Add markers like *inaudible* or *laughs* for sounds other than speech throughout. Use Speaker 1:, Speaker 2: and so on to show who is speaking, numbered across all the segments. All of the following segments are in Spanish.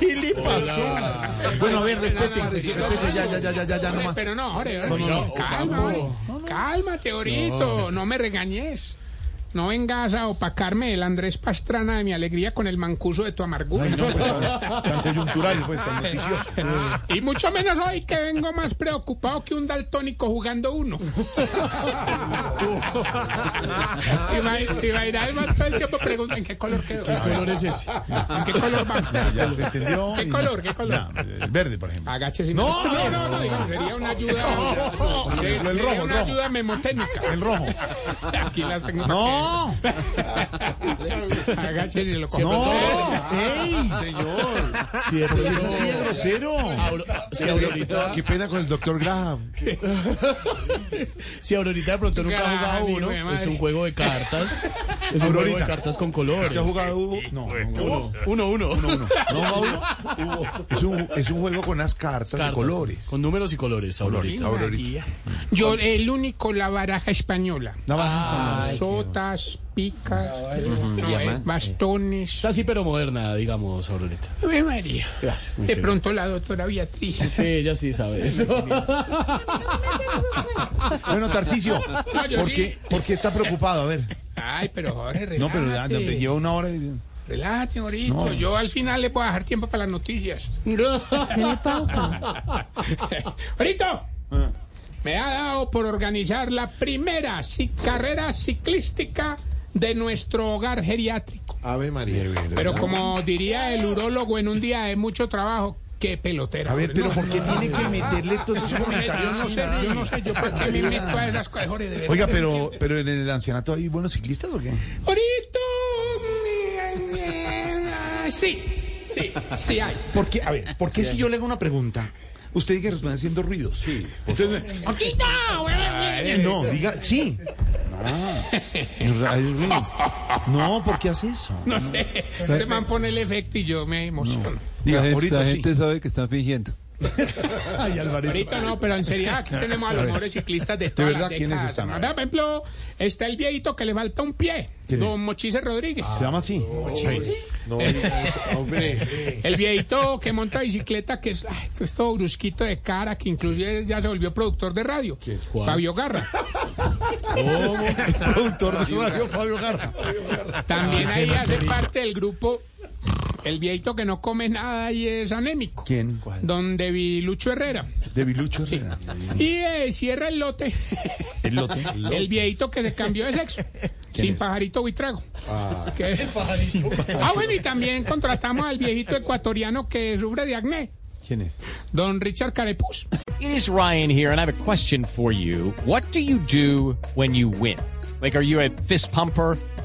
Speaker 1: ¿Qué le pasó? Bueno, a ver, respete.
Speaker 2: No, no, no,
Speaker 1: respete,
Speaker 2: no,
Speaker 1: ya, ya, ya, ya, ya, ya,
Speaker 2: Ore,
Speaker 1: nomás.
Speaker 2: Pero no, ore, ore, no, calma, ore. cálmate, Orito, no, me regañes. No vengas a opacarme el Andrés Pastrana de mi alegría con el mancuso de tu amargura.
Speaker 1: Ay, no, pues, tan, tan coyuntural,
Speaker 2: *laughs*
Speaker 1: pues, tan noticioso.
Speaker 2: Y mucho menos hoy que vengo más preocupado que un daltónico jugando uno. y va, y va a ir al bar todo el tiempo pregunta en qué color quedó. ¿En
Speaker 1: color es ese?
Speaker 2: qué color va?
Speaker 1: Ya se entendió.
Speaker 2: ¿Qué
Speaker 1: y-
Speaker 2: color, qué color?
Speaker 1: Ya, el verde, por ejemplo.
Speaker 2: Agáchese. y-
Speaker 1: No,
Speaker 2: no,
Speaker 1: no,
Speaker 2: no, no, digo, sería una ayuda.
Speaker 1: el
Speaker 2: sería
Speaker 1: rojo, el
Speaker 2: una
Speaker 1: rojo.
Speaker 2: ayuda memotécnica.
Speaker 1: *laughs* El rojo.
Speaker 2: Aquí las tengo.
Speaker 1: No,
Speaker 2: Agachen y lo compro.
Speaker 1: no. ¡Ey, señor! ¿Por qué es así de grosero?
Speaker 3: Si Aurorita,
Speaker 1: Qué pena con el doctor Graham.
Speaker 3: si Aurorita de pronto nunca ha jugado
Speaker 2: Ay,
Speaker 3: uno,
Speaker 2: mi madre.
Speaker 3: es un juego de cartas. Es un juego
Speaker 1: Aurorita.
Speaker 3: de cartas con colores.
Speaker 1: ¿Usted ha jugado Hugo? No,
Speaker 2: pues,
Speaker 1: no, no.
Speaker 3: Uno, uno.
Speaker 1: ¿No ha jugado Hugo? Es un, es un juego con las cartas, de
Speaker 3: Cartas
Speaker 1: colores.
Speaker 3: Con números y colores, Aurorita.
Speaker 1: Aurorita.
Speaker 2: Yo, el único, la baraja española.
Speaker 1: Navaja.
Speaker 2: Sotas, picas, no, eh, bastones.
Speaker 3: Es así, pero moderna, digamos, Aurorita.
Speaker 2: Ave María.
Speaker 3: Gracias. mi
Speaker 2: De
Speaker 3: querida.
Speaker 2: pronto la doctora Beatriz.
Speaker 3: Sí, ella sí sabe eso.
Speaker 1: Bueno, Tarcicio,
Speaker 2: *laughs* No, yo
Speaker 1: ¿por
Speaker 2: sí.
Speaker 1: qué, por qué está preocupado? A ver.
Speaker 2: Ay, pero Jorge, relájate.
Speaker 1: *laughs* No, pero ya, ya te lleva una hora. y-
Speaker 2: Relájate, ahorita.
Speaker 1: No.
Speaker 2: Yo al final le voy a dejar tiempo para las noticias.
Speaker 1: *laughs*
Speaker 4: ¿Qué le pasa?
Speaker 2: Ahorita.
Speaker 1: Ah.
Speaker 2: Me ha dado por organizar la primera ci- carrera ciclística de nuestro hogar geriátrico.
Speaker 5: Ave María.
Speaker 1: Ah.
Speaker 2: Pero como diría el urólogo en un día de mucho trabajo, qué pelotera.
Speaker 1: A ver,
Speaker 2: hombre, no.
Speaker 1: pero ¿por qué tiene que meterle todos esos
Speaker 2: Yo *laughs* no
Speaker 1: comentarios?
Speaker 2: sé, yo no sé, yo por qué me meto a esas cosas, Jorge, de verdad.
Speaker 1: Oiga, pero, pero en el ancianato hay buenos ciclistas o qué?
Speaker 2: Ahorita, eh, eh, sí, sí, sí hay.
Speaker 1: Porque, a ver, ¿por qué si yo le hago una pregunta, usted dice que responde haciendo ruidos? Sí. Entonces, eh, no, diga, sí. No, hay un ruido. no, ¿por qué hace eso?
Speaker 2: No sé, este man pone el efecto y yo me emociono.
Speaker 1: Diga, ahorita sí.
Speaker 6: sabe que están fingiendo.
Speaker 1: Ay, Alvarito.
Speaker 2: Ahorita no, pero en seriedad,
Speaker 1: *laughs*
Speaker 2: aquí tenemos a los mejores ciclistas de
Speaker 1: ¿De
Speaker 2: todas
Speaker 1: verdad
Speaker 2: las
Speaker 1: quiénes
Speaker 2: décadas.
Speaker 1: están?
Speaker 2: Por ejemplo, está el viejito que le falta un pie,
Speaker 1: ¿Quién es? Ah,
Speaker 2: don Mochise Rodríguez.
Speaker 1: ¿Se llama así?
Speaker 5: No, no, hombre.
Speaker 2: El viejito que monta bicicleta, que es, ay, es todo brusquito de cara, que inclusive ya se volvió productor de radio.
Speaker 3: ¿Cuál?
Speaker 2: Fabio
Speaker 1: *laughs*
Speaker 2: Garra.
Speaker 1: El *laughs* productor de radio, Fabio Garra. Ah,
Speaker 2: También ahí hace parte del grupo el viejito que no come nada y es anémico.
Speaker 1: ¿Quién?
Speaker 2: Don Devilucho Herrera.
Speaker 1: De Vilucho Herrera.
Speaker 2: Y eh, cierra el lote
Speaker 1: El lote.
Speaker 2: el viejito que le cambió de sexo. Sin pajarito buitrago. Que es- Ah, bueno, y también contratamos al viejito ecuatoriano que sufre de acné,
Speaker 1: ¿Quién es?
Speaker 2: don Richard Carepus.
Speaker 7: It is Ryan here, and I have a question for you. What do you do when you win? Like, are you a fist pumper?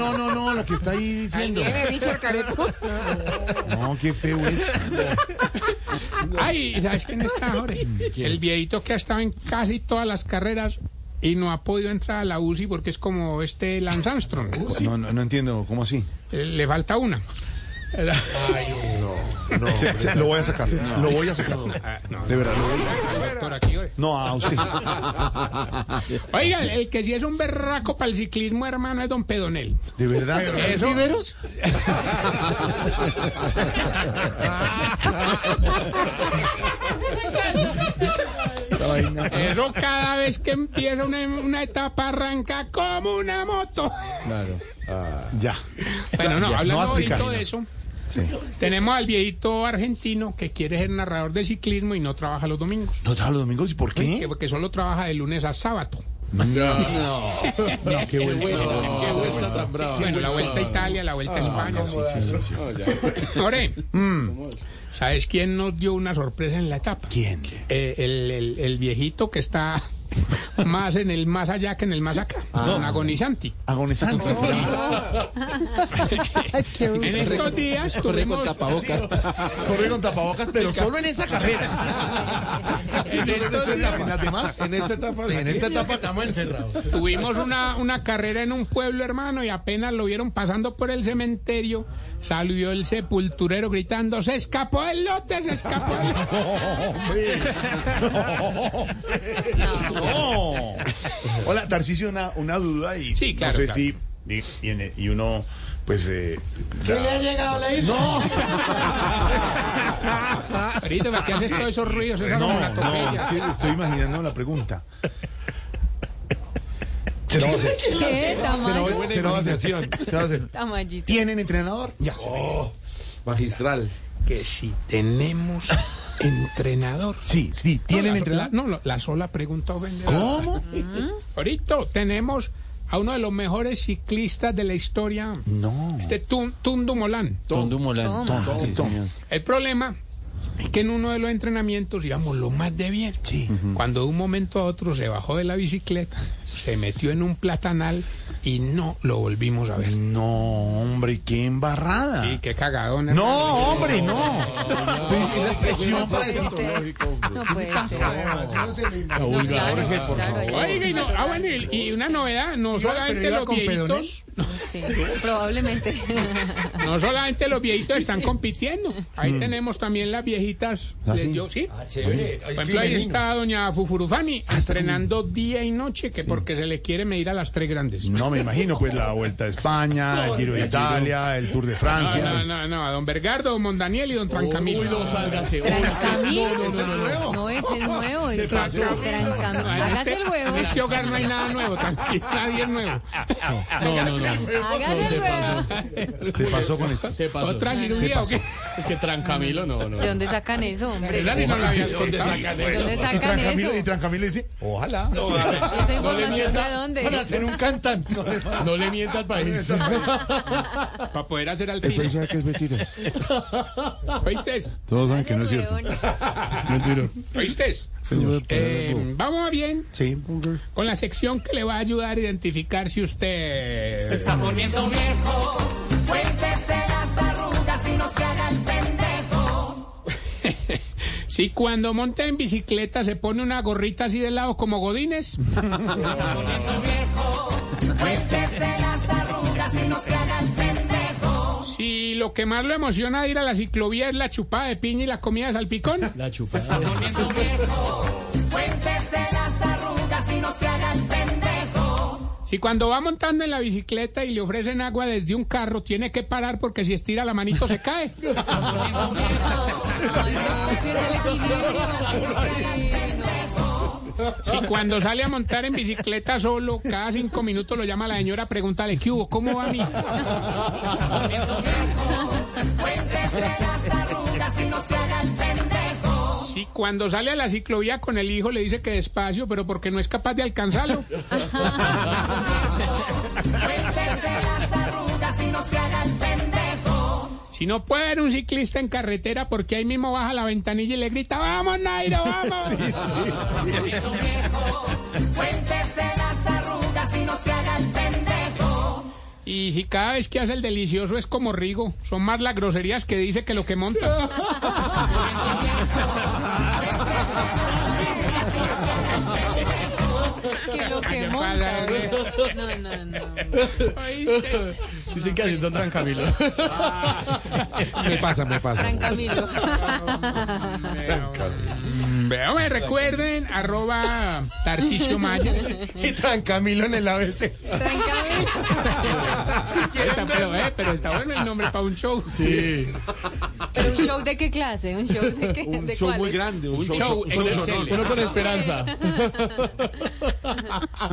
Speaker 1: no, no, no, lo que está ahí diciendo. No, qué feo es.
Speaker 2: Ay, ¿sabes quién está ahora? El viejito que ha estado en casi todas las carreras y no ha podido entrar a la UCI porque es como este Lance Armstrong.
Speaker 1: No, no, no entiendo, ¿cómo así?
Speaker 2: Eh, Le falta una.
Speaker 5: No,
Speaker 1: Ah, Sí, sí, lo voy a sacar, lo voy a sacar. De verdad, lo voy a sacar.
Speaker 2: doctor aquí hoy.
Speaker 1: No, a usted.
Speaker 2: Oiga, el- el que sí es un berraco para el ciclismo, hermano, es don Pedonel.
Speaker 1: ¿De verdad?
Speaker 2: ¿Eso?
Speaker 1: ¿Viveros?
Speaker 2: Eso cada vez que empieza una, una etapa arranca como una moto.
Speaker 1: Ya.
Speaker 2: Bueno, no,
Speaker 1: Ya,
Speaker 2: hablando
Speaker 1: no va a
Speaker 2: bonito
Speaker 1: explicar.
Speaker 2: de eso. Tenemos al viejito argentino que quiere ser narrador de ciclismo y no trabaja los domingos.
Speaker 1: ¿No trabaja los domingos? ¿Y por
Speaker 2: que-
Speaker 1: qué?
Speaker 2: Porque solo trabaja de lunes a sábado.
Speaker 1: No, qué bueno.
Speaker 3: Qué vuelta tan brava.
Speaker 1: Ah,
Speaker 2: Bueno, la vuelta a Italia, la vuelta a España. Lore, mm, ¿sabes quién nos dio una sorpresa en la etapa?
Speaker 1: ¿Quién?
Speaker 2: Eh, el, el- el viejito que está *laughs* más en el más allá que en el más acá.
Speaker 1: Ah.
Speaker 2: Don Agonizanti.
Speaker 1: Agonizante.
Speaker 2: En estos días tuvimos,
Speaker 1: Corre con tapabocas, pero solo en esa *laughs* carrera.
Speaker 2: en estos días
Speaker 1: En las demás, en esta etapa. En esta etapa *laughs* estamos encerrados.
Speaker 2: tuvimos una, una carrera en un pueblo, hermano, y apenas lo vieron pasando por el cementerio, salió el sepulturero gritando, se escapó el lote, se escapó el
Speaker 1: *laughs*
Speaker 2: lote.
Speaker 1: No. Hola, Tarcisio, una, una duda y
Speaker 2: Sí, claro,
Speaker 1: no sé
Speaker 2: claro.
Speaker 1: si y, y en- y uno pues eh,
Speaker 5: ¿Qué le ha llegado la isla?
Speaker 1: *laughs* no,
Speaker 2: Perito, ¿para qué haces todos esos ruidos? Esas
Speaker 1: no, no, es
Speaker 2: onomatopeyas?
Speaker 1: que estoy imaginando la pregunta. Se lo va a hacer.
Speaker 4: ¿Qué?
Speaker 1: Se lo, va-
Speaker 4: Tamayo.
Speaker 1: se lo va a hacer. Se lo va a hacer.
Speaker 4: Tamayito.
Speaker 1: ¿Tienen entrenador? Ya. se ve.
Speaker 5: Magistral.
Speaker 2: Que si tenemos entrenador.
Speaker 1: Sí, sí, tienen
Speaker 2: la-
Speaker 1: entrenador.
Speaker 2: la- No, la- la sola pregunta ofende.
Speaker 1: ¿Cómo?
Speaker 2: Ahorita tenemos a uno de los mejores ciclistas de la historia,
Speaker 1: No.
Speaker 2: este Tun- Tundu Molán.
Speaker 1: Toma, sí, toma.
Speaker 2: El problema es que en uno de los entrenamientos íbamos lo más de bien. Cuando de un momento a otro se bajó de la bicicleta, se metió en un platanal y no lo volvimos a ver.
Speaker 1: No, hombre, qué embarrada.
Speaker 2: Y qué cagadón.
Speaker 1: Ah. No,
Speaker 2: hermano.
Speaker 1: hombre, no. Pues, la expresión para decir-
Speaker 4: No puede ser. No,
Speaker 1: Vulgar.
Speaker 4: claro,
Speaker 1: Jorge, por
Speaker 4: claro,
Speaker 1: favor.
Speaker 4: ya.
Speaker 2: Oiga, y no- ah, bueno, y, y una novedad, no
Speaker 1: Iba- pero
Speaker 2: solamente
Speaker 1: iba
Speaker 2: los
Speaker 1: con
Speaker 2: viejitos,
Speaker 1: Pedonel.
Speaker 4: Sí,
Speaker 2: *laughs*
Speaker 4: probablemente.
Speaker 2: no solamente los viejitos están compitiendo. Ahí tenemos también las viejitas.
Speaker 1: Mm. ¿Ah,
Speaker 2: de-
Speaker 1: sí? Pues
Speaker 2: yo- sí.
Speaker 5: Chévere.
Speaker 2: Por ejemplo, ahí está doña Fufurufani
Speaker 1: Ah,
Speaker 2: entrenando día y noche, que porque se le quiere medir a las tres grandes.
Speaker 1: No me imagino, pues la Vuelta a España, el Giro de Italia, el Tour de
Speaker 2: No, no,
Speaker 1: Francia.
Speaker 2: no, no, a don Bergardo, don Mondaniel y don Trancamilo.
Speaker 3: Uy, no, sálgase. Uy,
Speaker 4: Trancamilo.
Speaker 3: no, no, no, no, no.
Speaker 4: No, ese es nuevo. Es que
Speaker 3: pasó.
Speaker 4: Trancamilo.
Speaker 2: No, en
Speaker 4: Hágase
Speaker 2: este-
Speaker 4: el huevo.
Speaker 2: En este hogar no hay nada nuevo,
Speaker 3: *laughs*
Speaker 2: tranquilo, nadie es nuevo.
Speaker 3: No, no, no.
Speaker 4: Hágase el huevo.
Speaker 1: ¿Qué pasó con esto?
Speaker 3: Se pasó.
Speaker 2: ¿Otra cirugía o qué?
Speaker 3: Es que Trancamilo, no, no.
Speaker 4: ¿De dónde sacan eso, hombre?
Speaker 2: Lali no la había contado.
Speaker 4: ¿De dónde
Speaker 1: Y
Speaker 4: sacan eso?
Speaker 1: Trancamilo, y Trancamilo dice,
Speaker 3: "Oh".
Speaker 1: ojalá.
Speaker 4: ¿Esa información de
Speaker 3: Para
Speaker 4: dónde?
Speaker 3: ser un cantante. No le mienta al país.
Speaker 2: Para poder hacer al tiro.
Speaker 1: que es mentira.
Speaker 2: ¿Oíste?
Speaker 1: Todos saben que no es
Speaker 4: Hágase el
Speaker 1: cierto.
Speaker 4: huevón.
Speaker 1: Mentira.
Speaker 2: ¿Oíste? Eh, vamos bien
Speaker 1: Sí.
Speaker 2: con la sección que le va a ayudar a identificar si usted...
Speaker 6: Está poniendo viejo, cuéntese las arrugas y no se haga el pendejo.
Speaker 2: Si cuando monta en bicicleta se pone una gorrita así de lado como Godines.
Speaker 6: Está poniendo viejo, cuéntese las arrugas y no se haga el pendejo.
Speaker 2: Si lo que más lo emociona de ir a la ciclovía es la chupada de piña y la comida de salpicón.
Speaker 3: La
Speaker 6: Está
Speaker 3: chupada.
Speaker 6: poniendo viejo, cuéntese las arrugas y no se haga el pendejo.
Speaker 2: Si cuando va montando en la bicicleta y le ofrecen agua desde un carro, tiene que parar porque si estira la manito se cae.
Speaker 4: Ay, no, tiene el equilibrio. Sí, no.
Speaker 2: Si cuando sale a montar en bicicleta solo, cada cinco minutos lo llama la señora, pregúntale, ¿qué hubo? ¿Cómo va mi?
Speaker 6: Cuéntese las arrugas y no se haga el pendejo.
Speaker 2: Si cuando sale a la ciclovía con el hijo le dice que despacio, pero porque no es capaz de alcanzarlo.
Speaker 6: Cuéntese las arrugas y no se haga el pendejo.
Speaker 2: Si no puede ver un ciclista en carretera porque ahí mismo baja la ventanilla y le grita, vamos Nairo, vamos.
Speaker 6: Cuéntese las arrugas y no se haga el pendejo.
Speaker 2: Y si cada vez que hace el delicioso es como Rigo, son más las groserías que dice que lo que monta.
Speaker 4: Que lo que monta. güey. No, no, no.
Speaker 2: ¿Oíste?
Speaker 3: Dicen que así son Trancamilo.
Speaker 5: Me pasa, me pasa.
Speaker 4: Trancamilo.
Speaker 2: Hombre, hombre. Vea, me recuerden, arroba Tarcicio *laughs* Maya.
Speaker 1: Y tan Camilo en el ABC.
Speaker 2: Está, pero, eh, pero está bueno el nombre para un show.
Speaker 1: Sí.
Speaker 8: ¿Pero un show de qué clase? ¿Un show de qué?
Speaker 1: Un
Speaker 8: ¿De
Speaker 1: show muy
Speaker 8: cuáles?
Speaker 1: grande. Un, show,
Speaker 2: show
Speaker 1: un show
Speaker 2: excel.
Speaker 1: sonoro.
Speaker 3: Uno con esperanza.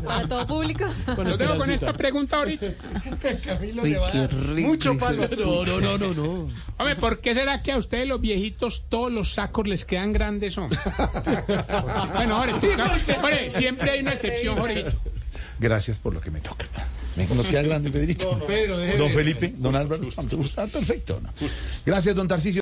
Speaker 8: ¿Para todo público?
Speaker 3: Con
Speaker 2: Los dejo con
Speaker 3: esperancita.
Speaker 2: esta pregunta ahorita.
Speaker 1: Camilo le va a dar mucho palo.
Speaker 3: No, no, no, no, no.
Speaker 2: Hombre, ¿por qué será que a ustedes los viejitos todos los sacos les quedan grandes, *laughs* hombre? bueno, ahora, tú, hombre, siempre hay una excepción, Jorgito.
Speaker 1: Gracias por lo que me toca. Me- Nos queda grande, Pedrito. don Felipe, don Álvaro. Está perfecto. ¿no? Gracias, don Tarcicio.